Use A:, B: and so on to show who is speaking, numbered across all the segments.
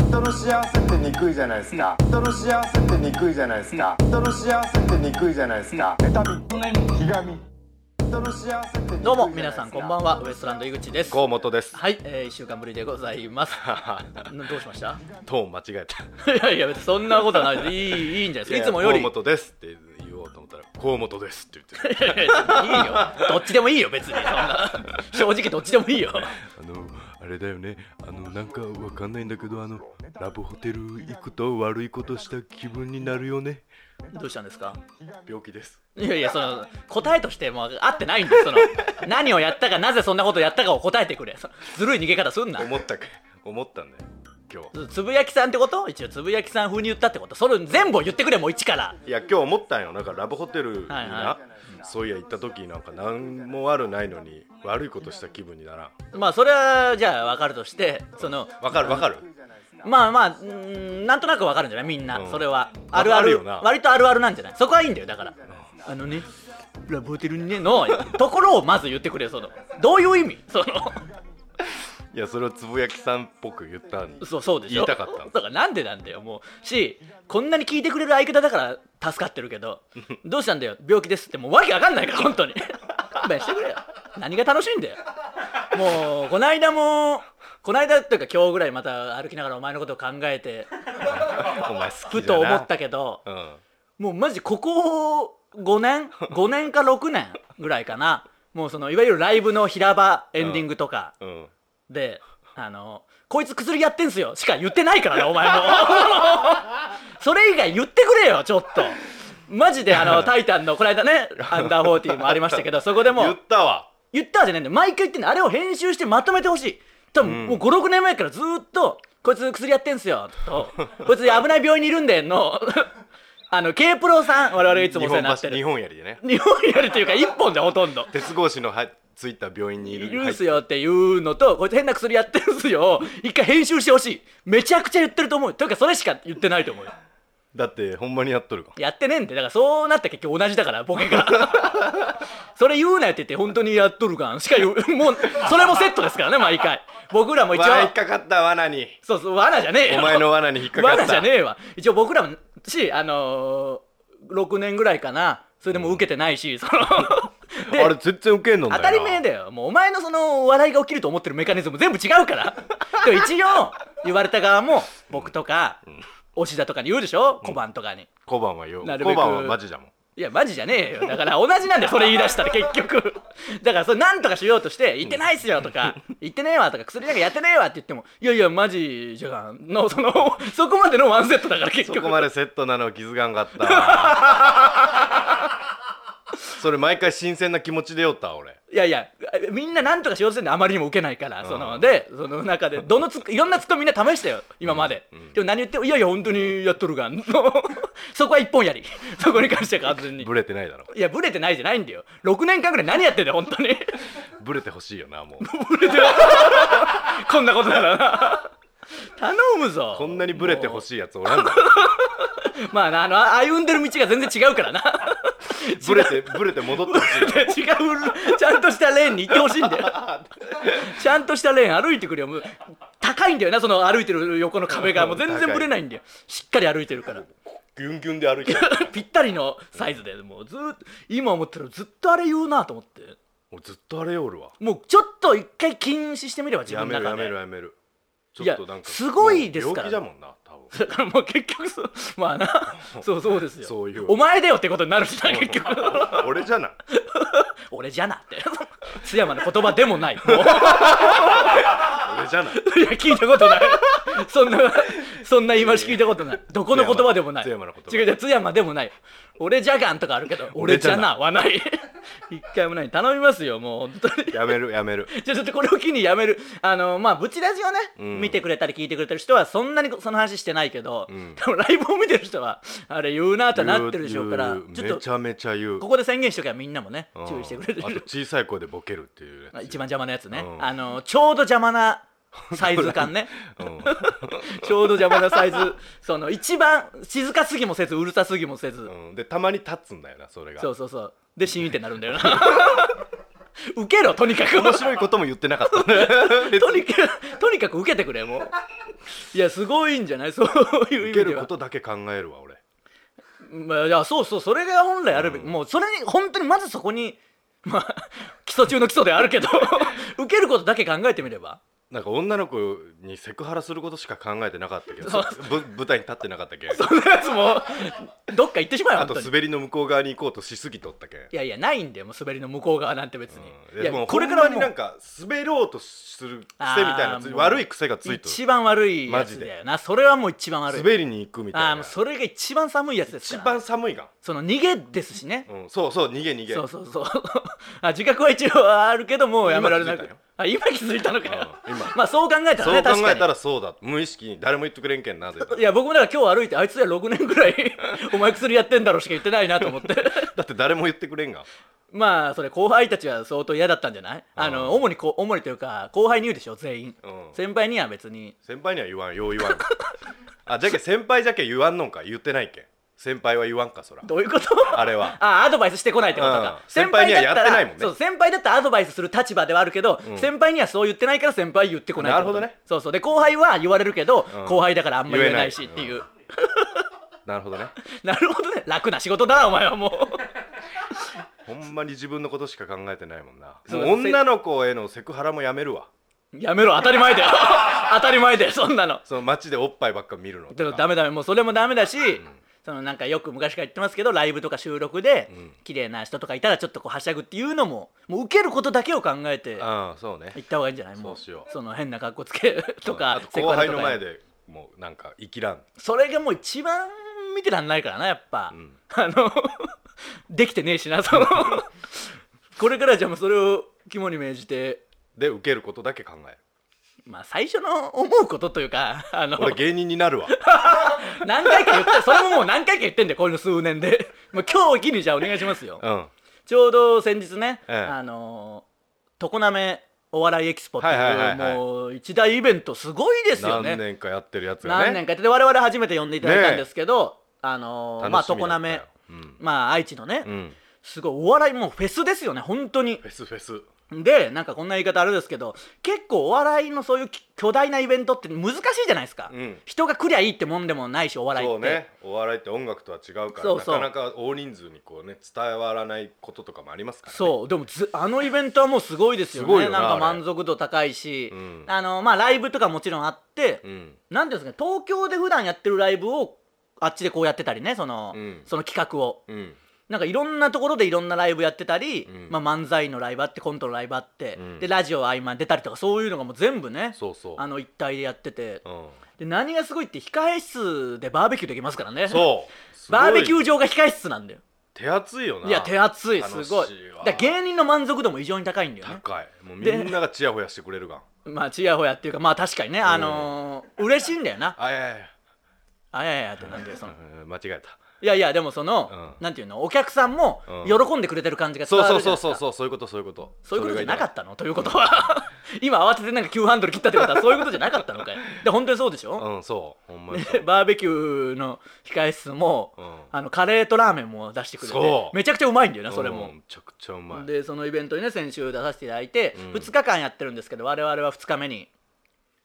A: 人の幸せってにくいじゃないですか人の幸せってにくいじゃないですか人の幸せってにくいじゃないですか妬みひがみ人の幸せって
B: どうも皆さんこんばんはウエストランド井口です
C: 河本です。
B: はい、えー、1週間ぶりでございますなどうしました
C: トーン間違えた。
B: いやいや別にそんなことはないいいいいんじゃないですかいつもよりい
C: 河本ですって言おうと思ったら、河本ですって 言ってる。
B: やいやいいよどっちでもいいよ別にそんな正直どっちでもいいよ
C: あの、あれだよね。あの、なんかわかんないんだけど、あの、ラブホテル行くと悪いことした気分になるよね。
B: どうしたんですか
C: 病気です。
B: いやいやその答えとしてもう合ってないんでその何をやったかなぜそんなことやったかを答えてくれそずるい逃げ方すんな
C: 思ったか、思ったんだよ。今日。
B: つぶやきさんってこと一応つぶやきさん風に言ったってことそれ全部を言ってくれもう一から
C: いや、今日思ったんよ。なんかラブホテルにな、
B: はいは
C: そういや行った時なんか何も悪ないのに、悪いことした気分にならん。
B: まあそれはじゃあ分かるとしてその
C: わかるわかる
B: まあまあうーんなんとなくわかるんじゃないみんな、
C: うん
B: それは
C: わ
B: あ
C: かる
B: るある
C: よな
B: 割とあるあるなんじゃないそこはいいんだよだからあのねラブホテルにねのところをまず言ってくれよそのどういう意味その
C: いや、それをつぶやきさんっぽく言ったん
B: そうそうでしょ
C: 言いたかったの
B: だからなんでなんだよもうしこんなに聞いてくれる相方だから助かってるけどどうしたんだよ病気ですってもうわけわかんないから本当に勘弁してくれよ何が楽しいんだよもうこないだもこないだというか今日ぐらいまた歩きながらお前のことを考えて
C: お前好き
B: ふ
C: だな
B: と思ったけど
C: うん
B: もうマジここ5年5年か6年ぐらいかなもうそのいわゆるライブの平場エンディングとか
C: うん
B: で、あのこいつ薬やってんすよしか言ってないからねお前も それ以外言ってくれよちょっとマジであの「タイタン」のこの間ね「アンダーフォーティーもありましたけどそこでも
C: 言
B: う
C: ったわ
B: 言ったじゃないんだよ毎回言ってんのあれを編集してまとめてほしい多分もう56年前からずーっと「こいつ薬やってんすよ」と「こいつ危ない病院にいるんで」の あの K プロさん我々いつもお世話になってる
C: 日本橋日本やりでね
B: 日本やるっていうか一本でほとんど
C: 鉄格子のはついた病院にいる
B: いるんすよっていうのと、こいつ変な薬やってるんすよ。一回編集してほしい。めちゃくちゃ言ってると思う。というか、それしか言ってないと思うよ。
C: だってほんまにやっとるか
B: やってねえんで、だからそうなったら結局同じだから、ボケが。 それ言うなよって言って、本当にやっとるがん。しか言う、 もう、それもセットですからね、毎回。僕らも一応、
C: 罠引っかかった罠に
B: そうそう、罠じゃねえよ。
C: お前の罠に引っかかった
B: 罠じゃねえわ一応僕らもしあのー、6年ぐらいかなそれでも受けてないし、その で
C: あれ全然ウケんのんだ
B: 当
C: よ
B: た
C: な
B: り前だよもうお前のその笑いが起きると思ってるメカニズム全部違うから でも一応言われた側も僕とか押田とかに言うでしょ小判とかに、
C: 小判はよ
B: なるべ
C: 小
B: く
C: 判はマジだもん
B: いやマジじゃねえよだから同じなんだよそれ言い出したら結局だからそれなんとかしようとして「行ってないっすよ」とか「行ってねえわ」とか「薬なんかやってねえわ」って言っても「いやいやマジじゃがん」のそのそこまでのワンセットだから結
C: そ
B: 局
C: こまでセットなのは気づかんかったわ それ毎回新鮮な気持ちでよった俺
B: いやいやみんななんとかしようとしてんであまりにも受けないから、
C: ん
B: そのでその中でどのツッコいろんなツッコミみんな試したよ今まで、でも何言ってもいやいや本当にやっとるがん そこは一本やりそこに関しては完全に
C: ブレてないだろ
B: いやブレてないじゃないんだよ6年間ぐらい何やってんだよ本当に
C: ブレてほしいよ なもう
B: こんなことならな頼むぞ
C: こんなにブレてほしいやつおらんだ
B: まあなあのあ歩んでる道が全然違うからな
C: ブレてブレて戻ってほしい
B: 違うちゃんとしたレーンに行ってほしいんだよちゃんとしたレーン歩いてくれよもう高いんだよなその歩いてる横の壁がもう全然ぶれないんだよしっかり歩いてるから
C: ギュンギュンで歩いてる
B: ぴったりのサイズでもうずっと今思ったらずっとあれ言うなと思って
C: 俺ずっとあれよるわ
B: もうちょっと一回禁止してみれば自
C: や
B: 分の
C: める
B: 中
C: や
B: で
C: めるやめる
B: い
C: ちょ
B: や
C: っとなんか
B: すごいですから
C: もう病気だもんな多分
B: だからもう結局そうま あなそうそうですよ
C: そういう
B: お前だよってことになるしな結局
C: 俺じゃない
B: 俺じゃなって 津山の言葉でもないもう
C: 俺じゃない
B: いや聞いたことないそんなそんな言い回し聞いたことないどこの言葉でもない
C: 津山の言
B: 違う
C: 葉
B: 違う津山でもない俺じゃがんとかあるけど俺
C: 俺
B: じ
C: じ
B: ゃ
C: ゃな
B: なはない 一回もない頼みますよもう本当に
C: やめるやめる
B: じゃあちょっとこれを機にやめるあのまあブチラジをね、
C: うん
B: 見てくれたり聞いてくれてる人はそんなにその話してないけど、
C: ん
B: 多分ライブを見てる人はあれ言うなとはなってるでしょうから
C: 言う
B: ちょっ
C: め
B: と
C: ちゃめちゃ言う
B: ここで宣言しときゃみんなもね
C: うん
B: 注意してくれる
C: あと小さい声でボケるっていうやつ
B: 一番邪魔なやつね、
C: うん
B: あのちょうど邪魔なサイズ感 ね ちょうど邪魔なサイズその一番静かすぎもせずうるさすぎもせず、
C: うん、うん、でたまに立つんだよなそれが
B: そうそうそうでシーンってなるんだよな 受けろとにかく
C: 面白いことも言ってなかったね 別
B: と
C: に
B: にかくとにかく受けてくれもういやすごいんじゃないそういう意
C: 受
B: 味
C: け
B: で
C: る
B: は
C: ことだけ考えるわ俺
B: まあ、いやそうそうそれが本来あるべき、
C: うん
B: もうそれに本当にまずそこにまあ基礎中の基礎ではある けど受けることだけ考えてみれば
C: なんか女の子にセクハラすることしか考えてなかったけど
B: そう
C: ぶ舞台に立ってなかったけん
B: そんなやつもどっか行ってしまえ
C: あ
B: 本
C: と
B: 当に
C: 滑りの向こう側に行こうとしすぎとったけん
B: いやいやないんだよもう滑りの向こう側なんて別に、
C: うん
B: いや
C: いやもう
B: こ
C: こ
B: れ
C: れ
B: か
C: から
B: は
C: ら
B: もう
C: になんか滑ろうとする
B: あ
C: 癖
B: ー
C: みたいなつ
B: もう
C: 悪い癖がついと
B: 一番悪いやつだよなそれはもう一番悪い
C: 滑りに行くみた
B: ああ
C: い
B: もう
C: な
B: それが一番寒いやつですか
C: 一
B: ら
C: 番寒いがん
B: その逃げですしね、
C: うん、そうそう逃げ逃げ
B: そうそう そうあ自覚は一応あるけどもうやめられな
C: 今気づ
B: くあ今気づい
C: いたよ
B: たのかよ、
C: うん今
B: まあそう考えたら
C: そ
B: ね
C: う考え
B: 確か
C: た
B: に
C: らそうだ無意識に誰も言ってくれんけんなぜだ
B: いや僕もだから今日歩いてあいつら6年ぐらい お前薬やってんだろしか言ってないなと思って
C: だって誰も言ってくれんが
B: まあそれ後輩たちは相当嫌だったんじゃないあ
C: あ
B: の
C: あ
B: 主にこう主にというか後輩に言うでしょ全員、
C: うん
B: 先輩には別に
C: 先輩には言わんよう言わん あじゃけ先輩じゃけ言わんのんか言ってないけん先輩は言わんかそら
B: どういうこと
C: あれは
B: あアドバイスしてこないってことか、
C: うん先輩には
B: だったら
C: やってないもんね
B: そう先輩だったらアドバイスする立場ではあるけど、
C: うん
B: 先輩にはそう言ってないから先輩言ってこないってこと
C: なるほどね
B: そうそうで後輩は言われるけど、
C: うん
B: 後輩だからあんまり言えないしっ
C: 言え
B: て
C: ない
B: いう、
C: なるほどね
B: なるほどね楽な仕事だなお前はも
C: ほんまに自分のことしか考えてないもんな
B: そう
C: もう女の子へのセクハラもやめるわ
B: うやめろ当たり 前だよ当たり前だよそんなの
C: その街でおっぱいばっか見るのと
B: で
C: か
B: もダメダメもうそれもダメだし、そのなんかよく昔から言ってますけどライブとか収録で、
C: うん
B: 綺麗な人とかいたらちょっとこうはしゃぐっていうのももう受けることだけを考えて
C: ああそうね
B: 行った方がいいんじゃないもう
C: そうしよう
B: の変な格好つけと
C: う
B: か
C: んあと
B: セク
C: 後
B: ハラ
C: 輩
B: とか
C: の前でもうなんか生きらん
B: それがもう一番見てらんないからなやっぱ、
C: ん
B: あのできてねえしな そのこれからじゃあもうそれを肝に銘じて
C: で受けることだけ考える
B: まあ最初の思うことというかあの
C: 俺芸人になるわ
B: 何回か言ってそれももう何回か言ってんだよこういうの数年でもう今日を機にじゃあお願いしますよ
C: うんは
B: ちょうど先日ね、
C: ええ
B: あのー常滑お笑いエキスポっていう、
C: はいはいはいはい
B: もう一大イベントすごいですよね
C: 何年かやってるやつがね
B: 何年かやってて我々初めて呼んでいただいたんですけど、あのーまあ
C: 楽し
B: 常
C: みだった
B: 滑
C: ようん
B: まあ愛知のね、
C: うん
B: すごいお笑いもうフェスですよね本当に
C: フェスフェス
B: でなんかこんな言い方あれですけど結構お笑いのそういうき巨大なイベントって難しいじゃないですか、
C: うん
B: 人が来りゃいいってもんでもないしお笑いっ
C: そ
B: て
C: うねお笑いって音楽とは違うから
B: そうそう
C: なかなか大人数にこうね伝わらないこととかもありますから、ね、
B: そうでもずあのイベントはもうすごいですよね
C: すごいよな
B: なんか
C: あれ
B: 満足度高いし、
C: うん
B: あのまあライブとかもちろんあって、
C: うん
B: なんていうんですかね東京で普段やってるライブをあっちでこうやってたりねその,、
C: うん
B: その企画を
C: うん
B: なんかいろんなところでいろんなライブやってたり、
C: うん
B: まあ、漫才のライブあってコントのライブあって、
C: うん
B: でラジオ合間に出たりとかそういうのがもう全部ね
C: そうそう
B: あの一体でやってて
C: うん
B: で何がすごいって控え室でバーベキューできますからね
C: そうすごい
B: バーベキュー場が控え室なんだよ
C: 手厚いよない
B: いや手厚いすごい
C: 楽しいわ
B: だから芸人の満足度も異常に高いんだよね
C: 高いもうみ
B: で
C: んながチヤホヤしてくれ るがん
B: まあちやほやっていうかまあ確かにねあのー嬉しいんだよな
C: あいやいや
B: あいやいやってなんでその
C: うん間違えた
B: いやいやでもその、
C: うん
B: なんていうのお客さんも
C: うん
B: 喜んでくれてる感じが伝
C: そう
B: わるじゃ
C: そ
B: な
C: う
B: いです
C: そ
B: か
C: うそうそうそういうことそういうこと
B: そういうことじゃなかったたのということは今慌ててなんか急ハンドル切ったってことはそういうことじゃなかったのかよで本当にそうでしょ、
C: うんそうほんま に
B: でバーベキューの控え室も、
C: うん
B: あのカレーとラーメンも出してくれて
C: そう
B: めちゃくちゃうまいんだよなそれ
C: う
B: も
C: ん、めちゃくちゃうまい
B: でそのイベントにね先週出させていただいて、
C: うん
B: 2日間やってるんですけど我々は2日目に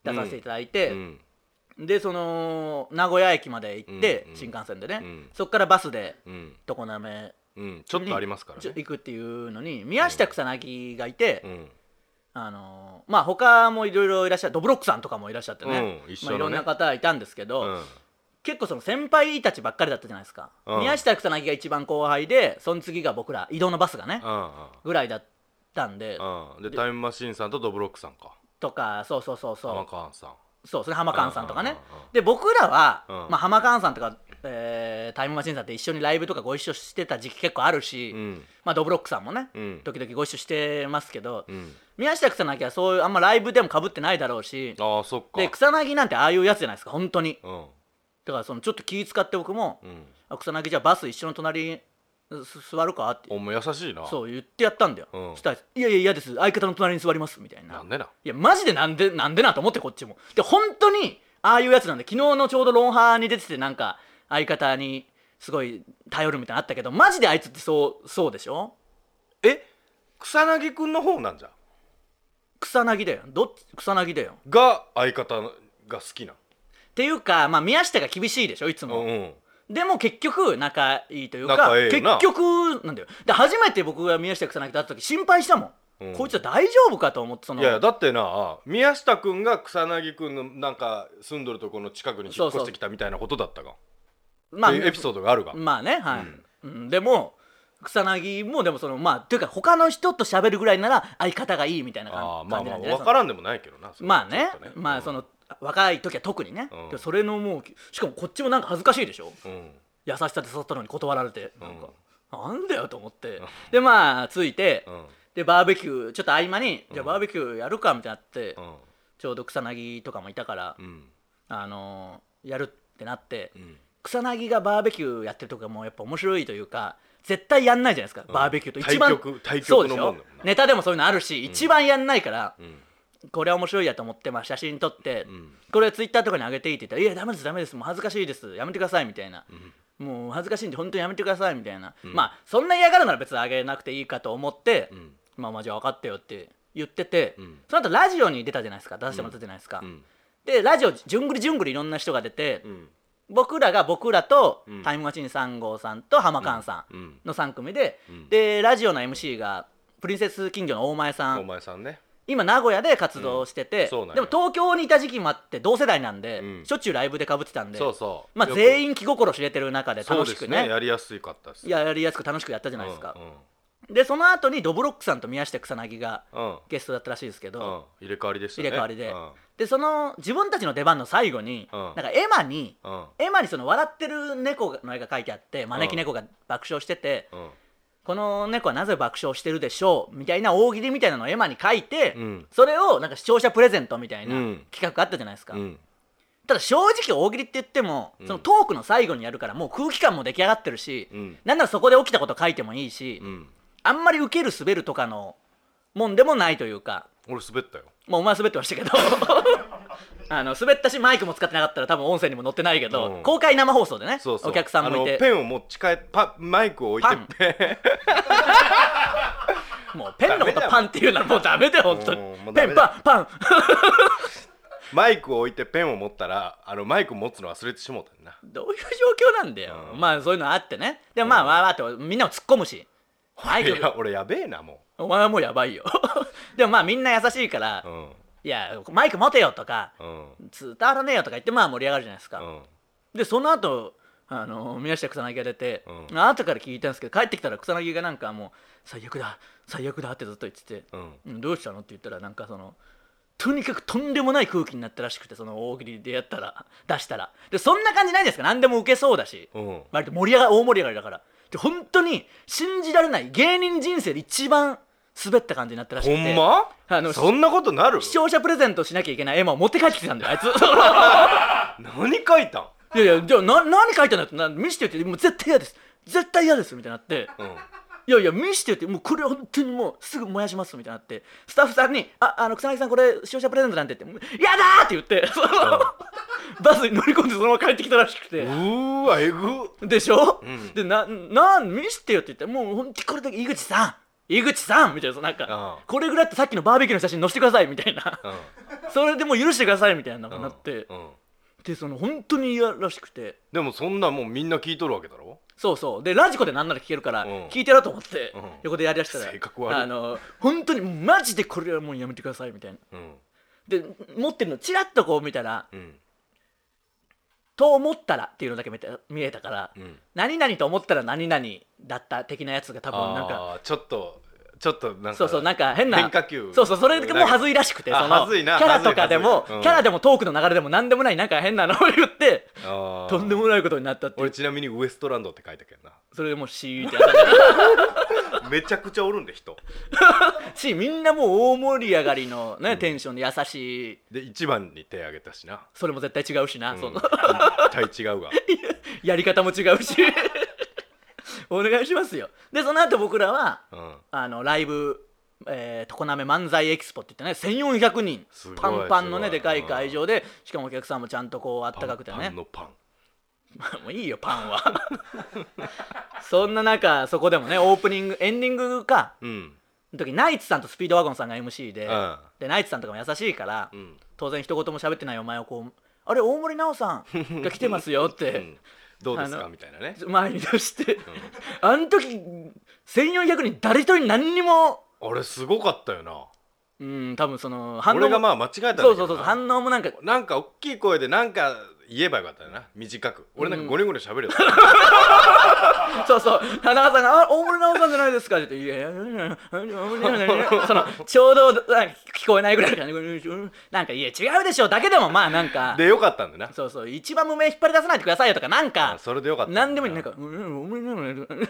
B: 出させていただいて、
C: うん
B: でその名古屋駅まで行って、
C: うんうん
B: 新幹線でね、
C: うん
B: そっからバスで
C: うん
B: 常滑
C: うんちょっとありますから
B: ちょ
C: ね
B: 行くっていうのに宮下草薙がいて、
C: うん
B: あのーまあ他もいろいろいらっしゃるドブロックさんとかもいらっしゃってね,、
C: うん一
B: まあ、
C: 緒のね
B: いろんな方いたんですけど、
C: うん
B: 結構その先輩たちばっかりだったじゃないですか、
C: うん
B: 宮下草薙が一番後輩でその次が僕ら移動のバスがね、
C: うんうん
B: ぐらいだったんで、
C: うんでタイムマシーンさんとドブロックさんか
B: とかそうそうそうそ
C: 玉
B: う
C: 川さん
B: そうそれ浜ンさんとか
C: うん
B: ね
C: うんうんうん
B: で僕らは、
C: うん
B: まあ、浜ンさんとか、えータイムマシーンさんって一緒にライブとかご一緒してた時期結構あるし、
C: うん
B: まあ、ドブロックさんもね、
C: うん
B: 時々ご一緒してますけど、
C: うん
B: 宮下草薙はそういうあんまライブでもかぶってないだろうし
C: ああそっか
B: で草薙なんてああいうやつじゃないですか本当に
C: うん
B: だからそのちょっと気使って僕も
C: うん
B: 「あ草薙じゃあバス一緒の隣にす座るか?」って
C: お前優しいな
B: そう言ってやったんだよ、
C: うん
B: したら「いやいや嫌です相方の隣に座ります」みたいな
C: なんでない
B: やマジでなんでなんでなと思ってこっちもで本当にああいうやつなんで昨日のちょうど「ロンハー」に出ててなんか相方にすごい頼るみたいなのあったけどマジであいつってそうそうでしょ
C: え草薙くんの方なんじゃん
B: 草薙だよどっち草薙だよ
C: が相方が好きな
B: っていうか、まあ、宮下が厳しいでしょいつ
C: う
B: も、
C: んうん
B: でも結局仲いいというか
C: 仲ええよ
B: 結
C: な
B: 局なんだよで初めて僕が宮下草薙と会った時心配したもん、
C: うん
B: こいつは大丈夫かと思ってその
C: いやいやだってな宮下くんが草薙くんのなんか住んどるとこの近くに引っ越してきたみたいなことだったか
B: まあ
C: っていうエピソードがあるが、
B: まあねはい、うんでも草薙もでもそのまあというか他の人と喋るぐらいなら相方がいいみたいな
C: ああ
B: 感
C: まあ
B: じ
C: ま
B: な
C: あ
B: んじゃない
C: 分からんでもないけどな
B: そのまあね
C: ちょっと
B: まあその若い時は特にね、
C: うん
B: でそれのもうしかもこっちもなんか恥ずかしいでしょ
C: うん、
B: 優しさで誘ったのに断られてなんか、なんだよと思って
C: ん
B: でまあ着いて、
C: うん
B: でバーベキューちょっと合間に、じゃあ
C: うん
B: バーベキューやるかみたいになって、
C: うん
B: ちょうど草薙とかもいたから、
C: うん
B: あのーやるってなって、
C: うん
B: 草薙がバーベキューやってるとかもやっぱ面白いというか絶対やんないじゃないですか、
C: ん
B: バーベキューと
C: 対
B: 一番
C: 局対局
B: そうでし
C: のも
B: ょ
C: んだもんな
B: ネタでもそういうのあるし、一番やんないから
C: う、ん
B: これは面白いやと思って、まあ、写真撮って、
C: うん
B: これツイッターとかに上げていいって言ったら「いやダメですダメですもう恥ずかしいですやめてください」みたいな、もう恥ずかしいんで本当にやめてくださいみたいな、まあそんな嫌がるなら別に上げなくていいかと思って、
C: ん
B: まあまあじゃあ分かったよって言ってて、
C: ん
B: その後ラジオに出たじゃないですか出してもらったじゃないですか、
C: うん
B: でラジオじゅんぐりじゅんぐりいろんな人が出て、
C: うん
B: 僕らが僕らと、
C: うん
B: タイムマシーン3号さんと浜ンさ
C: うんん
B: の3組で、
C: ん
B: でラジオの MC がプリンセス金魚の大前さ
C: お
B: ん
C: 前さんね
B: 今名古屋で活動してて、
C: んそうなんや
B: でも東京にいた時期もあって同世代なんで、
C: うん
B: しょっちゅうライブでかぶってたんで
C: そうそう
B: まあ、全員気心知れてる中で
C: よく
B: 楽しく
C: そうです
B: ね
C: ねやりやすいかったです
B: ややりやすく楽しくやったじゃないですか、
C: う
B: でその後にドブロックさんと宮下草�薙が
C: んうん
B: ゲストだったらしいですけど、
C: うん入れ替わりでしたね
B: 入れ替わりで
C: うん
B: でその自分たちの出番の最後に、
C: うん
B: なんか絵馬に
C: うん
B: 絵馬にその笑ってる猫の絵が描いてあって招き猫が爆笑してて、
C: うん
B: この猫はなぜ爆笑してるでしょうみたいな大喜利みたいなのを絵馬に書いて、
C: うん
B: それをなんか視聴者プレゼントみたいな
C: うん
B: 企画あったじゃないですか、
C: うん
B: ただ正直大喜利って言っても、
C: うん
B: そのトークの最後にやるからもう空気感も出来上がってるし、
C: うん
B: なんならそこで起きたこと書いてもいいし、
C: うん
B: あんまり受ける滑るとかのもんでもないというか
C: 俺滑ったよ
B: まあ、お前は滑ってましたけど あの滑ったしマイクも使ってなかったら多分音声にも載ってないけど、
C: うん
B: 公開生放送でね
C: そうそう
B: お客さんもい
C: あの
B: て
C: ペンを持ち帰えパマイクを置い
B: パ
C: て
B: ン
C: ペン
B: もうペンのことパンっていうのはもうダメだよ本当に
C: うんもう
B: ペ
C: ダ
B: ン
C: メ
B: パ
C: だ
B: ンパン
C: マイクを置いてペンを持ったらあのマイク持つの忘れてしもうたんな
B: どういう状況なんだよ、
C: うん
B: まあそういうのあってねでもまあわーわーってみんなを突っ込むしマイ
C: い
B: ク
C: や俺やべえなも
B: お前はもうやばいよ でもまあみんな優しいから、
C: ううん
B: いやマイク持てよとか
C: うん
B: 伝わらねえよとか言ってまあ盛り上がるじゃないですか、
C: うん
B: でその後あの宮下草薙が出て、
C: うん
B: 後から聞いたんですけど帰ってきたら草薙がなんかもう「最悪だ最悪だ」ってずっと言ってて
C: うん
B: 「うんどうしたの?」って言ったらなんかそのとにかくとんでもない空気になったらしくてその大喜利でやったら出したらでそんな感じないんですか何でも受けそうだし、
C: うん
B: 割と盛り上が大盛り上がりだからで本当に信じられない芸人人生で一番滑った感じになったらしく
C: ほ
B: て
C: んま
B: あの
C: そんなことなる
B: 視聴者プレゼントしなきゃいけない絵馬を持って帰ってきてたんだよあいつ
C: 何書いたん
B: いやいや、じゃあな何書いたんだってな見せてよって、もう絶対嫌です。絶対嫌ですみたいになって、
C: うん
B: いやいや、見せてよって、もうこれ本当にもうすぐ燃やしますみたいになって、スタッフさんに、あ、あの、草薙さんこれ視聴者プレゼントなんてって、もうやだーって言って、その バスに乗り込んでそのまま帰ってきたらしく
C: う
B: て。
C: ーわえぐ
B: でしょ、
C: ん
B: で、な、なん、見せてよって言って、もう本当にこれだけ、井口さん井口さんみたいな、そのなんか、
C: うん
B: これぐらいだってさっきのバーベキューの写真載せてくださいみたいな、
C: うん
B: それでもう許してくださいみたいなの
C: う
B: に
C: ん
B: なって、
C: うん
B: で、その本当に嫌らしくて。
C: でもそんなもうみんな聞いとるわけだろ
B: そうそうでラジコでなんなら聞けるから
C: うん
B: 聞いてろと思って、
C: うん
B: 横でやりだしたら
C: 性格悪い
B: あの本当にマジでこれはもうやめてくださいみたいな
C: うん
B: で持ってるのチラッとこう見たら
C: うん
B: 「と思ったら」っていうのだけ見た見えたから、
C: うん
B: 何々と思ったら何々だった的なやつが多分なんか
C: あーちょっとちょっとなんか
B: そうそうなんか変な
C: 変化球
B: そうそうそれもうはずいらしくて
C: あ
B: その
C: はずい
B: キ
C: な
B: ャラとかでも
C: は、ずいはずいうん
B: キャラでもトークの流れでも何でもないなんか変なのを言って
C: あー
B: とんでもないことになったっていう
C: 俺ちなみにウエストランドって書いたけど
B: それでもうシーンってやった ね
C: なめちゃくちゃおるんで人
B: しみんなもう大盛り上がりの、ねテンションで優しい
C: で一番に手挙げたしな
B: それも絶対違うしな、
C: うん
B: その
C: 絶対違うわ
B: やり方も違うし お願いしますよでその後僕らは
C: うん
B: あのライブえー常滑漫才エキスポって言ってね1400人
C: すごい
B: パンパンのね
C: すご
B: で
C: い
B: かい会場でしかもお客さんもちゃんとこうあったかくて
C: パンパ
B: ね
C: ンのパン
B: もういいよパンは そんな中そこでもねオープニングエンディングか
C: うん
B: の時ナイツさんとスピードワゴンさんが MC で、
C: うん
B: でナイツさんとかも優しいから、
C: ん
B: 当然一言も喋ってないお前をこう「あれ大森奈央さんが来てますよ」っ
C: う
B: て
C: んどうです
B: あ
C: か
B: の
C: みたいなね
B: 前に出して、あの時1400人誰一人何にも
C: あれすごかったよな
B: うん多分その反応も
C: 俺がまあ間違えたんだけど
B: そ
C: な
B: うそうそう反応もなんか
C: なんか大きい声でなんか言えばよかったよな短く俺なんかゴリゴリ喋るよ、
B: そうそう花輪さんが「あ大森奈央さんじゃないですか」って言って「いやいやいやいや大森奈央さんそのちょうどなんか聞こえないぐらいの感じでなんか「いや違うでしょ」だけでもまあなんか
C: でよかったんだよな
B: そうそう一番無名引っ張り出さないでくださいよとかなんか
C: あそれでよかった
B: 何でもいいなんか「うんうんうんうん うん」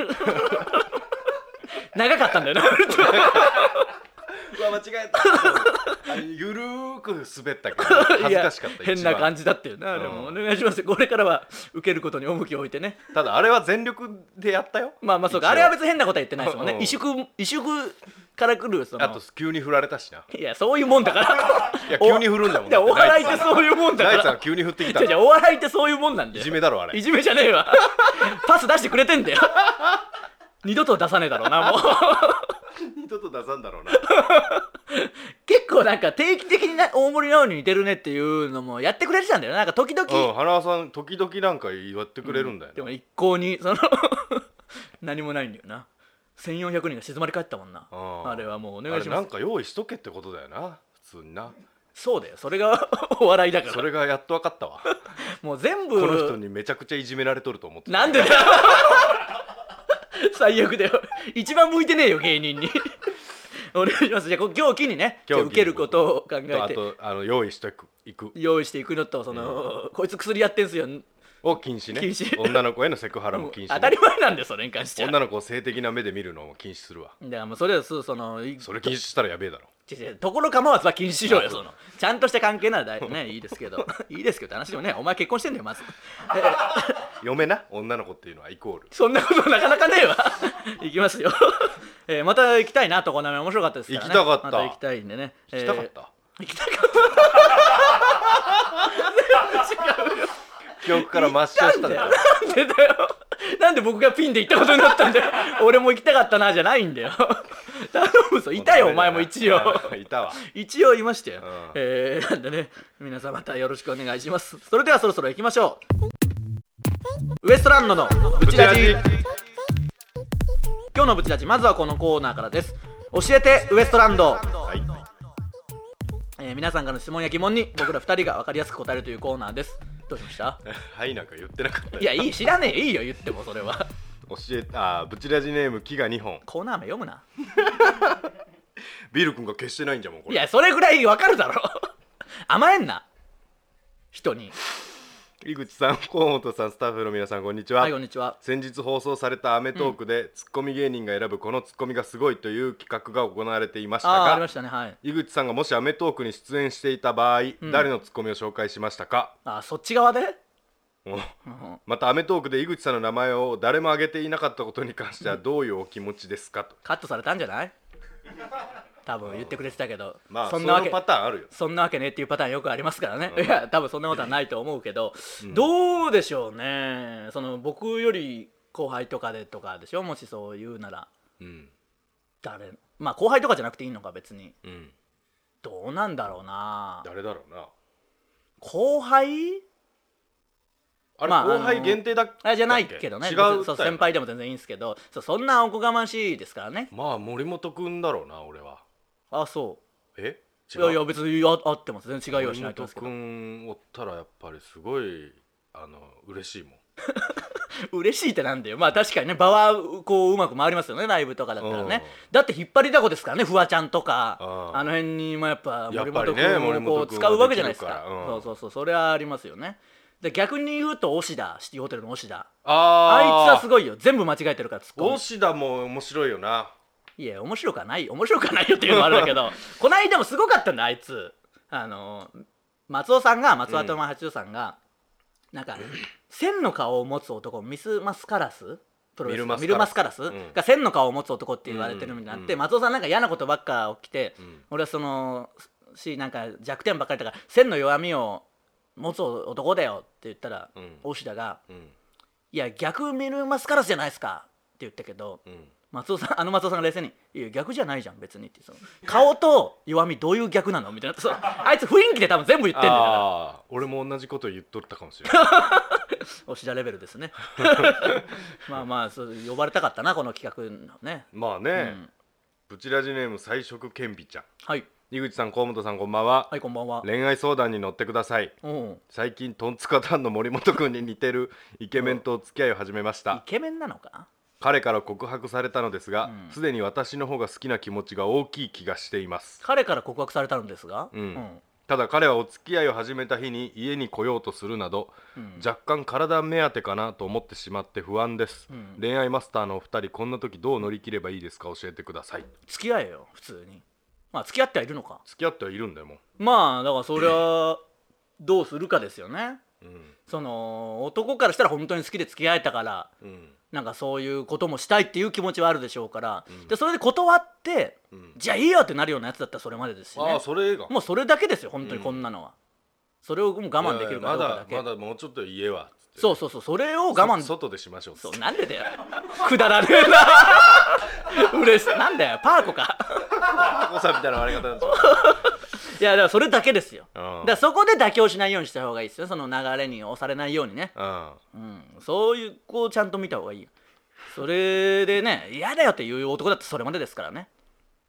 B: 長かったんだよな
C: うわ間違 えたあゆるーく滑ったけど恥ずかしかった
B: いや変な感
C: じ
B: じだったよな、でもお
C: うん
B: 願いしますこれからは受けることに重きを置いてね
C: ただあれは全力でやったよ
B: まあまあそうか
C: 一応
B: あれは別に変なことは言ってないですもん
C: う
B: ね
C: ん
B: 萎縮萎縮から来るその
C: あと急に振られたしない
B: やそういうもんだから
C: いや急に振るんだもん
B: いやお笑いっ
C: ナイ
B: て
C: ツ
B: そういうもんだ
C: ナイツ
B: か
C: は
B: ら
C: 急に振ってきた
B: じゃじゃお笑いってそういうもんなんだ
C: い
B: よ
C: じめだろあれ
B: いじめじゃねえ わパス出してくれてんだよ二度と出さねえだろうなもう
C: 二度と出さんだろうな
B: 結構なんか定期的にな大森直に似てるねっていうのもやってくれてたんだよなんか時々、
C: うん花輪さん時々なんか言ってくれるんだよ
B: で
C: な
B: も一向にその 何もないんだよな1400人が静まり返ったもんな
C: うん
B: あれはもうお
C: あ
B: 願い
C: れ
B: し
C: な
B: ま
C: ん
B: す
C: か用意しとけってことだよな普通にな
B: そうだよそれが お笑いだか
C: そ
B: ら
C: れがやっと分かったわこ
B: もう全部
C: の人にめちゃくちゃいじめられとると思ってた
B: なんでだよ 最悪だよ一番向いてねえよ芸人に お願いしますじゃあこ今日機にね
C: 今日を機に
B: 受けることを考え
C: とあ
B: て
C: とあの用意していく
B: 用意していくのとその、こいつ薬やってんすよ、
C: を禁止ね
B: 禁止
C: 女の子へのセクハラも禁止ね、
B: 当たり前なんだよそれに関しては
C: 女の子を性的な目で見るのも禁止するわ
B: だからもうそれはそうそのい
C: それ禁止したらやべえだろ
B: 違う違うところ構わずは禁止しろよ
C: あそ
B: そうのちゃんとした関係ならだい,、ね、いいですけ どいいですけどって話でもねお前結婚してんだよまず
C: 嫁な女の子っていうのはイコール
B: そんなことなかなかねえわ 行きますよ、えーまた行きたいなとこの面白かったですから、ね、
C: 行きたかった
B: また行きたいんでね
C: 聞きたかった、
B: えー行きたかっ
C: 記憶から抹消したんだよ
B: たんだよなんで僕がピンで行ったことになったんだよ俺も行きたかったなじゃないんだよ頼むぞいたよお前も一応
C: いたわ
B: 一応いましたよ、
C: うん
B: えーなんでね皆さんまたよろしくお願いしますそれではそろそろ行きましょうウエストランドのブチラジ今日のブチラジまずはこのコーナーからです教えてウエストランド、
C: はい
B: えー皆さんからの質問や疑問に僕ら2人が分かりやすく答えるというコーナーですどうしました
C: はいなんか言ってなかったよ
B: いやいい知らねえいいよ言ってもそれは
C: 教えあーブチラジネーム木が2本
B: コーナー名読むな
C: ビール君が消してないんじゃんもうこ
B: い
C: れ
B: やそれぐらい分かるだろ甘えんな人に
C: 井口さん河本さんスタッフの皆さんこんにちは、
B: はいこんにちは
C: 先日放送された『アメトーク』で、ツッコミ芸人が選ぶこのツッコミがすごいという企画が行われていました
B: あああり
C: が
B: ましたねはい
C: 井口さんがもし『アメトーク』に出演していた場合、誰のツッコミを紹介しましたか
B: あーそっち側でう
C: お
B: ん
C: また『アメトーク』で井口さんの名前を誰も挙げていなかったことに関してはどういうお気持ちですかと、
B: カットされたんじゃない多分言ってくれてたけど、
C: まあ
B: そ
C: そ
B: ん
C: ん
B: な
C: な
B: わけ
C: パターンあるよ
B: そんなわけねっていうパターンよくありますからね、いや多分そんなことはないと思うけど、どうでしょうねその僕より後輩とかでとかでしょもしそう言うなら
C: うん
B: 誰まあ後輩とかじゃなくていいのか別に
C: うん
B: どうなんだろうな
C: 誰だろうな
B: 後輩
C: あれ、
B: まあ
C: 後輩限定だっけ
B: あじゃないけどね
C: 違う
B: 別にそう
C: 歌やな
B: 先輩でも全然いいんですけどそうそんなおこがましいですからね
C: まあ森本君だろうな俺は
B: あそ
C: え違
B: う
C: う
B: いやいや別にあ合ってます全然違いはしないと思うんですけど
C: 君おったらやっぱりすごいあの嬉しいもん
B: 嬉しいってなんだよまあ確かにね場はこううまく回りますよねライブとかだったらね
C: うん
B: だって引っ張りだこですからねフワちゃんとか
C: うん
B: あの辺にまあやっぱ
C: やっ
B: 森
C: ぱ
B: 本
C: りね
B: 君をこ
C: 森本
B: う
C: 君は
B: 使うわけじゃないですか
C: できるからうん
B: そうそうそうそれはありますよねで逆に言うと押田シティホテルの押田あいつ
C: あ
B: はすごいよ全部間違えてるからツッコミ
C: 押田も面白いよない
B: や面白くはない面白くはないよっていうのもあるんだ けどこの間もすごかったんだあいつあの松尾さんが松尾頭八郎さんが、なんか千の顔を持つ男ミス・マスカラスプロレスのミ
C: ミ
B: ル
C: ル
B: マ
C: マ
B: ス
C: ス
B: カ
C: カ
B: ラ
C: ラ
B: ス、
C: スうん
B: が千の顔を持つ男って言われてるみたいになって、
C: うん
B: 松尾さんなんか嫌なことばっか起きて、
C: ん
B: 俺はそのしなんか弱点ばっかりだから千の弱みを持つ男だよって言ったら、
C: うん
B: 大志田が
C: うん
B: 「いや逆ミルマスカラスじゃないですか」って言ったけど、
C: うん
B: 松尾さん あの松尾さんが冷静に「いや逆じゃないじゃん別に」ってその顔と弱みどういう逆なのみたいなそのあいつ雰囲気で多分全部言ってんだから
C: ああ俺も同じこと言っとったか もしれない
B: おしだレベルですね まあまあそう呼ばれたかったなこの企画のね
C: まあね、
B: うん
C: ブチラジネーム菜食けんびちゃん
B: はい
C: 井口さん河本さんこんばんは、
B: はいこんばんは
C: 恋愛相談に乗ってください
B: うん
C: 最近トンツカタンの森本君に似てる イケメンとお付き合いを始めまし
B: イ
C: た
B: ケメンなのか
C: 彼から告白されたのですが
B: うん
C: すで、に私の方が好きな気持ちが大きい気がしています
B: 彼から告白されたのですが
C: うんただ彼はお付き合いを始めた日に家に来ようとするなど、
B: うん
C: 若干体目当てかなと思ってしまって不安です、
B: うん
C: 恋愛マスターのお二人こんな時どう乗り切ればいいですか教えてください
B: 付き合えよ普通にまあ付き合ってはいるのか
C: 付き合ってはいるんだよも
B: まあだからそり ゃどうするかですよね
C: ううん
B: その男からしたら本当に好きで付き合えたから
C: うん
B: なんかそういうこともしたいっていう気持ちはあるでしょうから、
C: ん
B: でそれで断って、
C: うん
B: じゃあいいよってなるようなやつだったらそれまでですし
C: あ
B: ね
C: あそれが
B: もうそれだけですよ本当に
C: うん
B: こんなのは、それをもう我慢できるかどうかだ
C: い
B: け、
C: やいやまだまだもうちょっと家はつって
B: そうそうそうそれを我慢
C: そ外でしましょう
B: そうなんでだよくだらねえな嬉しいなんだ よパーコか
C: タコさんみたいな割り方なんですよ
B: いやだからそれだけですよ、
C: うん
B: だからそこで妥協しないようにした方がいいですよその流れに押されないようにね、
C: うん
B: うん、そういうこうちゃんと見た方がいいよそれでね嫌だよっていう男だってそれまでですからね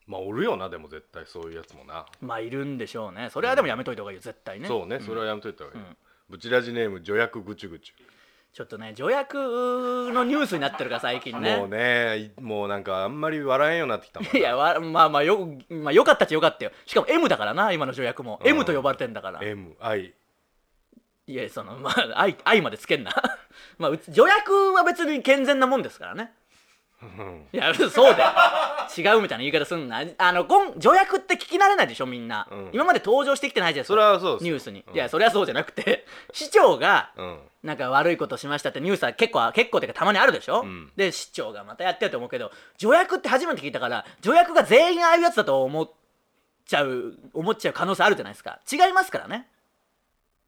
C: まあおるよなでも絶対そういうやつもな、
B: まあいるんでしょうねそれはでもやめといた方がいいよ絶対ね、
C: そうねそれはやめといた方がいい、
B: うん
C: ブチラジネーム助役ぐちゅぐちゅ
B: ちょっとね助役のニュースになってるから最近ね
C: もうねいもうなんかあんまり笑えんようになってきたもん
B: いやわまあまあよ,、まあ、よかったっちゃよかったよしかも M だからな今の助役も、
C: うん
B: M と呼ばれてんだから
C: MI
B: いやそのまあ愛愛までつけんな まあうち助役は別に健全なもんですからね
C: うん
B: いやそうだよ違うみたいな言い方すんなあのこん助役って聞き慣れないでしょみんな、
C: うん
B: 今まで登場してきてないじゃん
C: それはそうです
B: ニュースに、
C: うん
B: いやそれはそうじゃなくて市長が
C: うん
B: なんか悪いことしましたってニュースは結構結構っていうかたまにあるでしょ、
C: うん
B: で市長がまたやってると思うけど助役って初めて聞いたから助役が全員ああいうやつだと思っちゃう思っちゃう可能性あるじゃないですか違いますからね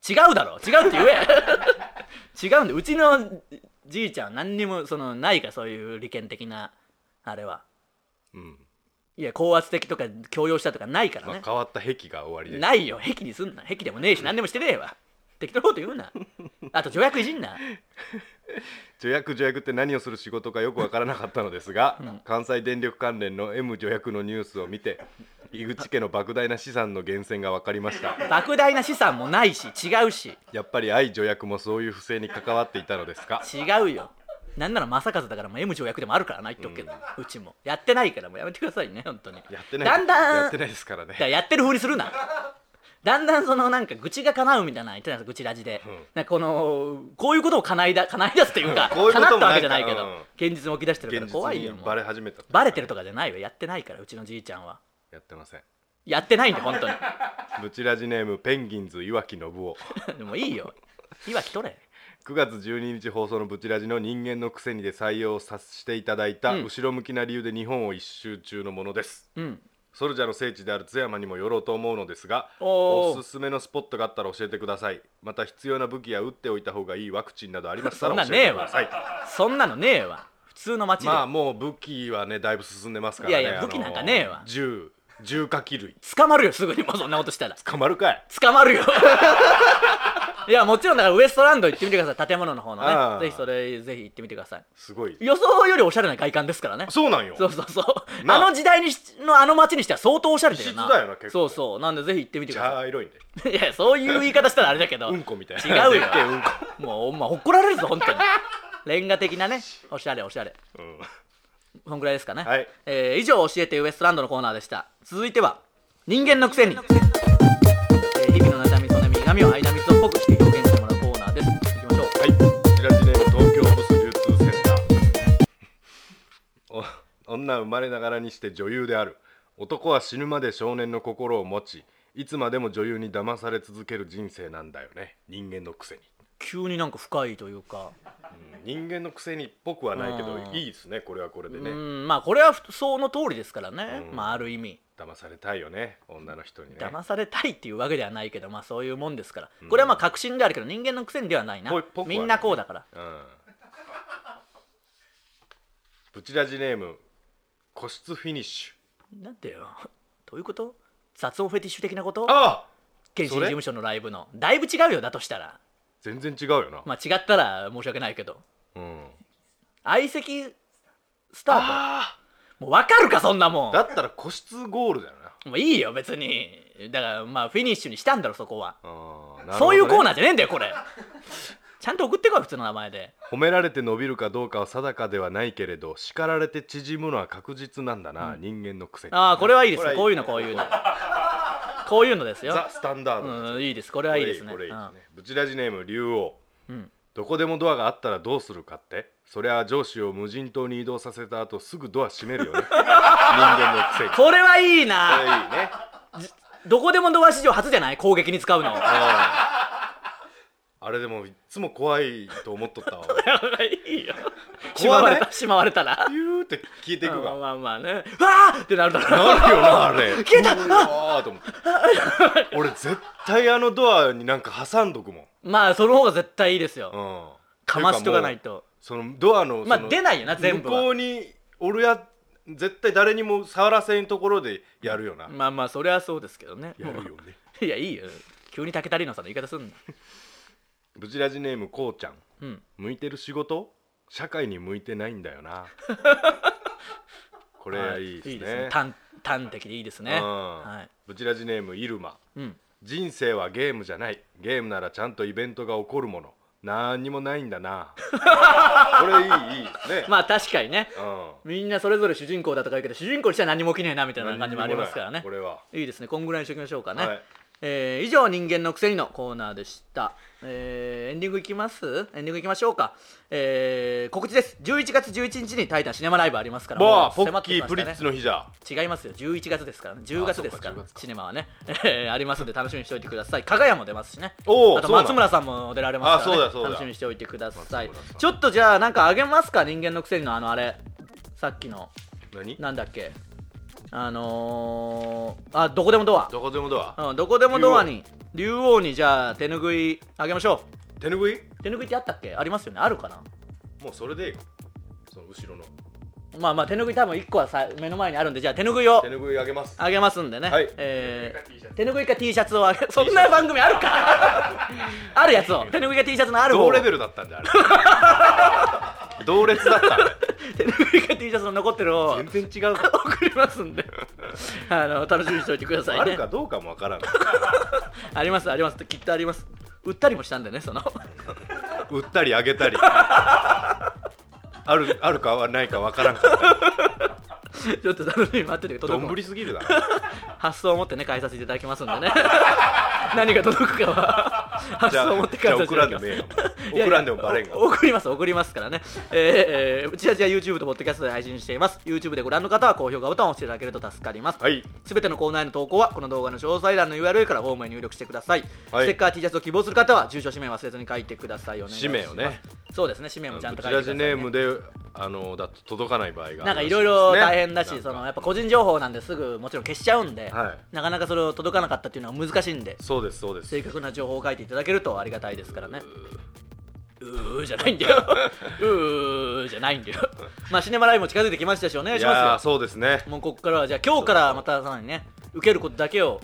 B: 違うだろ違うって言え 違うんでうちのじいちゃん何にもそのないからそういう利権的なあれは
C: うん
B: いや高圧的とか強要したとかないからね、
C: まあ、変わった癖が終わりです
B: ないよ壁にすんな壁でもねえし何でもしてねえわ適当なこと言うなあと助役いじんな
C: 助役助役って何をする仕事かよくわからなかったのですが、関西電力関連の M 助役のニュースを見て井口家の莫大な資産の源泉が分かりました
B: 莫大な資産もないし違うし
C: やっぱり愛助役もそういう不正に関わっていたのですか
B: 違うよなんなら正和だからもう M 条約でもあるからな言っとくけど、うちもやってないからもうやめてくださいね本当に
C: やってない
B: だんだん
C: やってないですからね
B: だからやってるふうにするなだんだんそのなんか愚痴が叶うみたいなの言ってたんです愚痴ラジで、なんかこのこういうことを叶いだ叶い出すというか、
C: うんこういうことも
B: 叶ったわけじゃないけど、
C: なんか
B: 現実に起き出してるから
C: 現
B: 怖
C: 実
B: いよ
C: に
B: もう
C: バレ始めた
B: バレてるとかじゃないよやってないからうちのじいちゃんは
C: やってません
B: やってないんで本当に
C: ブチラジネームペンギンズ岩木信夫
B: でもいいよいわき取れ
C: 9月12日放送のブチラジの人間のくせにで採用させていただいた、
B: うん
C: 後ろ向きな理由で日本を一周中のものです
B: うん
C: ソルジャーの聖地である津山にも寄ろうと思うのですが
B: おー
C: おすすめのスポットがあったら教えてくださいまた必要な武器や打っておいた方がいいワクチンなどありました
B: そんな
C: ら教
B: ね
C: え
B: え
C: てく
B: わ
C: ださい
B: そんなのねえわ普通の街で、
C: まあもう武器はねだいぶ進んでますからね
B: いやいや
C: あの
B: 武器なんかねえわ
C: 銃銃火器類
B: 捕まるよすぐにもうそんなことしたら
C: 捕まるかい
B: 捕まる よいやもちろんだからウエストランド行ってみてください建物の方のね
C: ああ
B: ぜひそれぜひ行ってみてください
C: すごい
B: 予想よりおしゃれな外観です からね
C: そうなんよ
B: そうそうそう
C: な
B: あの時代にしのあの街にしては相当おしゃれだよな
C: 異質だよな結構
B: そうそうなんでぜひ行ってみてくだ
C: 茶色いね
B: さいいやそういう言い方したらあれだけど
C: うんこみたいな
B: 違うよ
C: でっけえうんこ、
B: もうお前怒られるぞ本当 にレンガ的なねおしゃれおしゃれ
C: うん
B: そんぐらいですかね、
C: はい
B: えー以上教えてウエストランドのコーナーでした続いては人間のくせに、えー日々の悩みそのみがみを間みつをっぽくして表現してもらうコーナーですいきましょう
C: はい、こちらジネーム東京ブス流通センターお女は生まれながらにして女優である男は死ぬまで少年の心を持ちいつまでも女優に騙され続ける人生なんだよね人間のくせに、
B: 急になんか深いというか、
C: 人間のくせにっぽくはないけど
B: うん
C: いいですねこれはこれで
B: う
C: ね
B: んまあこれはふその通りですからね、
C: うん
B: まあある意味
C: 騙されたいよね女の人にね
B: 騙されたいっていうわけではないけどまあそういうもんですからこれはまあ確信であるけど人間のくせにではないな
C: ぽいぽくはな
B: み
C: い
B: んなこうだから
C: うんブチラジネーム個室フィニッシュ
B: なんてよどういうこと雑音フェティッシュ的なこと
C: ああ
B: 原始
C: そ
B: 事
C: れ
B: 務所のライブのだいぶ違うよだとしたら
C: 全然違うよな、
B: まあ違ったら申し訳ないけど
C: うん、
B: 相席スター
C: あ
B: トもう分かるかそんな も
C: あだったら個室ゴールだよなん
B: もういいよ別にだからまあフィニッシュにしたんだろそこは、
C: あーなるほどね
B: そういうコーナーじゃねえんだよこ れちゃんと送ってこい普通の名前で
C: 褒められて伸びるかどうかは定かではないけれど叱られて縮むのは確実なんだな、人間の癖
B: ああこれはいいですねこ
C: こ
B: う
C: れ
B: いうのこういうのこういうのです よ
C: ザ・スタンダード、
B: うんいいですこれはいいですね
C: これいいこれい
B: う
C: い
B: ん
C: ですねブチラジネーム竜王
B: うん
C: どこでもドアがあったらどうするかってそりゃ上司を無人島に移動させた後すぐドア閉め るよね人間の癖こ
B: これはいいな
C: れいいね
B: どこでもドア史上初じゃない攻撃に使うの
C: あれでもいっつも怖いと思っと ったわ
B: いいよ しまわ
C: 怖ない
B: れたしまわれたら
C: ピューって消えていく
B: まあ
C: が
B: まあまあねわあってなるだろう
C: なるよなあ れ
B: 消えた
C: うわーと思って 俺絶対あのドアになんか挟んどくもん
B: まあその方が絶対いいですよ、
C: うん
B: かましとかない
C: て
B: と
C: いうかもうそのドアの
B: ま
C: そ
B: あ
C: の
B: 出ないよな全部
C: 向こ
B: は
C: うに俺や絶対誰にも触らせんところでやるよな、
B: まあまあそれはそうですけどね
C: やるよ
B: も
C: ね
B: う いやいいよ急に竹田里乃さんの言い方すんな
C: ブチラジネームこうちゃん
B: うん
C: 向いてる仕事社会に向いてないんだよなこ
B: こ
C: れはいいですね,、
B: 端端的でいいですね
C: うん
B: は
C: ブチラジネームイルマ
B: い、うん、
C: 人生はゲームじゃないゲームならちゃんとイベントが起こるものなんにもないん だなこれいいいいですね、
B: まあ確かにね
C: うん
B: みんなそれぞれ主人公だとか言うけど主人公にしたら何も起きねえなみたいな感じもありますから
C: 何にも
B: ね
C: ないこれはい
B: いですねこんぐらいにしときましょうかね、
C: はい
B: えー以上人間のくせにのコーナーでした、えーエンディングいきますエンディングいきましょうか、えー告知です11月11日に「タイタンシネマライブ」ありますから
C: まあ
B: も
C: ポ
B: う迫
C: ッ
B: って
C: キ
B: きま
C: ープ
B: す
C: リ
B: か
C: ッ
B: ね
C: ツの日じゃ
B: 違いますよ11月ですからね10月ですから
C: そうか10月か
B: シネマはね、 えーありますんで楽しみにしておいてください加賀谷も出ますしね
C: おー
B: あと
C: そうなの
B: 松村さんも出られますから、ね、
C: あそうだそうだ
B: 楽しみにしておいてください
C: 松村さん
B: ちょっとじゃあなんかあげますか人間のくせにのあのあれさっきの
C: 何
B: なんだっけあのー、あどこでもドア
C: どこでもドア
B: うん、どこでもドアに竜王にじゃあ手ぬぐいあげましょ
C: 手ぬぐいう
B: 手ぬぐいってあったっけありますよねあるかな
C: もうそれでいいよその後ろの
B: まあまあ手ぬぐい多分1個はさ目の前にあるんでじゃあ手ぬぐいを
C: 手ぬぐいあげます
B: あげますんでね、
C: はい
B: えー手ぬぐいか T シャツをあげ そんな番組あるか あるやつを手ぬぐいか T シャツのある方
C: 同
B: を
C: レベルだったんだあ れ同列だったあれ
B: 手ぬぐいか T シャツの残ってる方を
C: 全然違 う
B: 送りますんで あの楽しみにしておいてくださいね
C: あるかどうかもわからん
B: ありますありますきっとあります売ったりもしたんでねその
C: 売ったりあげたりあるあるかはないかわからんから
B: ちょっと楽しみに待っててくださ
C: ど
B: い
C: んぶりすぎるだろ
B: 発想を持ってね返させていただきますんでね 何が届くかは発
C: じゃ
B: 想を持
C: あ
B: って
C: じゃ
B: 返
C: あ
B: させて
C: 送
B: い
C: ら
B: た
C: ん
B: だ
C: で
B: き
C: も
B: ま
C: ええ
B: す
C: よ
B: いやいや
C: 送らんでもバレんが
B: お送ります送りますからねえーえーうちはじゃあ YouTube とポッドキャストで配信しています YouTube でご覧の方は高評価ボタンを押していただけると助かります
C: はい
B: すべてのコーナーへの投稿はこの動画の詳細欄の URL からフォームへ入力してください、
C: はい
B: ステッカー T シャツを希望する方は住所氏名忘れずに書いてくださいお願いし
C: 氏
B: ます
C: 名をね
B: そうですね氏名もちゃん
C: ブ
B: と
C: チ
B: 書いて
C: ラ
B: くださ
C: ジ
B: い、ね、
C: ネームであのだと届かない場合が
B: なんかいろいろ大変だし、そのやっぱ個人情報なんですぐもちろん消しちゃうんで、
C: はい
B: なかなかそれを届かなかったっていうのは難しいんで
C: そうですそうです
B: 正確な情報を書いていただけるとありがたいですからねうーじゃないんだよ うーじゃないんだよまあシネマライブも近づいてきましたしお願い
C: い
B: し
C: やー
B: ます
C: そうですね
B: よもうここからはじゃあ今日からまたさらにね受けることだけを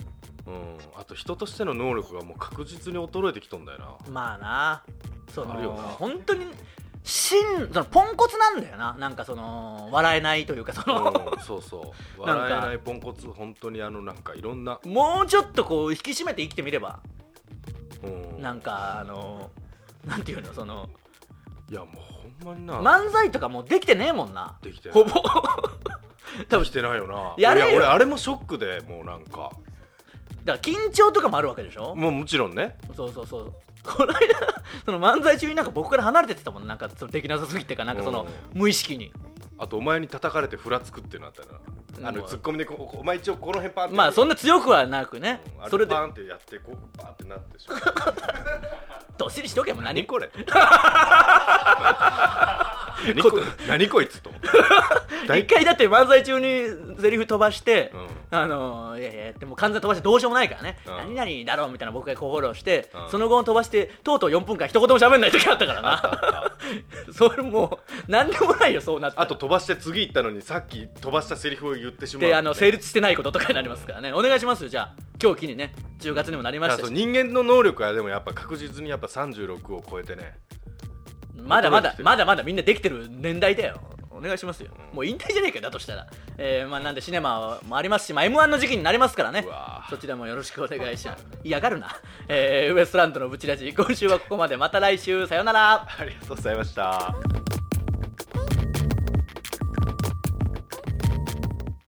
C: うんあと人としての能力がもう確実に衰えてきとんだよな
B: まあなそ
C: あるよ
B: の
C: な
B: 本当に真そのポンコツなんだよななんかその笑えないというかその
C: うん そうそう
B: なんか
C: 笑えないポンコツ本当にあのなんかいろんな、
B: もうちょっとこう引き締めて生きてみれば
C: うん、
B: なんかあのなんていうのその
C: いやもうほんまにな、
B: 漫才とかもうできてねえもんな
C: できてな
B: ほ
C: い
B: ぼ 多分
C: してないよな
B: やれよ
C: い俺あれもショックでもうなんか
B: だから緊張とかもあるわけでしょ
C: もうもちろんね
B: そうそうそうこの間 その漫才中になんか僕から離れてってたもんなんかそのできなさすぎてかなんかその無意識に
C: あとお前に叩かれてふらつくってなったらあの
B: うん
C: ツッコミでここお前一応この辺パンって
B: まあそんな強くはなくね
C: うんあ
B: そ
C: れ
B: れで
C: パンってやってこうパンってなって しまう
B: どっしりしとけも何
C: 何
B: こ
C: これ何こ何こ いつと思って
B: 一回だって漫才中にセリフ飛ばして、
C: うん
B: あのーいやいやでも完全に飛ばしてどうしようもないからね、
C: うん
B: 何々だろうみたいな僕がこうフォローして、
C: うん
B: その後も飛ばしてとうとう4分間一言も喋んない時あったからな それもう何でもないよそうなったら
C: あと飛ばして次行ったのにさっき飛ばしたセリフを言ってしまう、
B: であの成立してないこととかになりますからねお願いしますよじゃあ今日機にね10月にもなりま
C: あ
B: した
C: そう
B: し
C: 人間の能力はでもやっぱ確実にやっぱ36を超えてね
B: まだまだ
C: 衰えてる
B: まだまだみんなできてる年代だよお願いしますよもう引退じゃねえかよだとしたら、えーまあ、なんでシネマもありますし、まあ、m 1の時期になりますからね
C: うわー
B: そちらもよろしくお願いします嫌がるな、えーウエストランドのブチラジ今週はここまでまた来週さよなら
C: ありがとうございました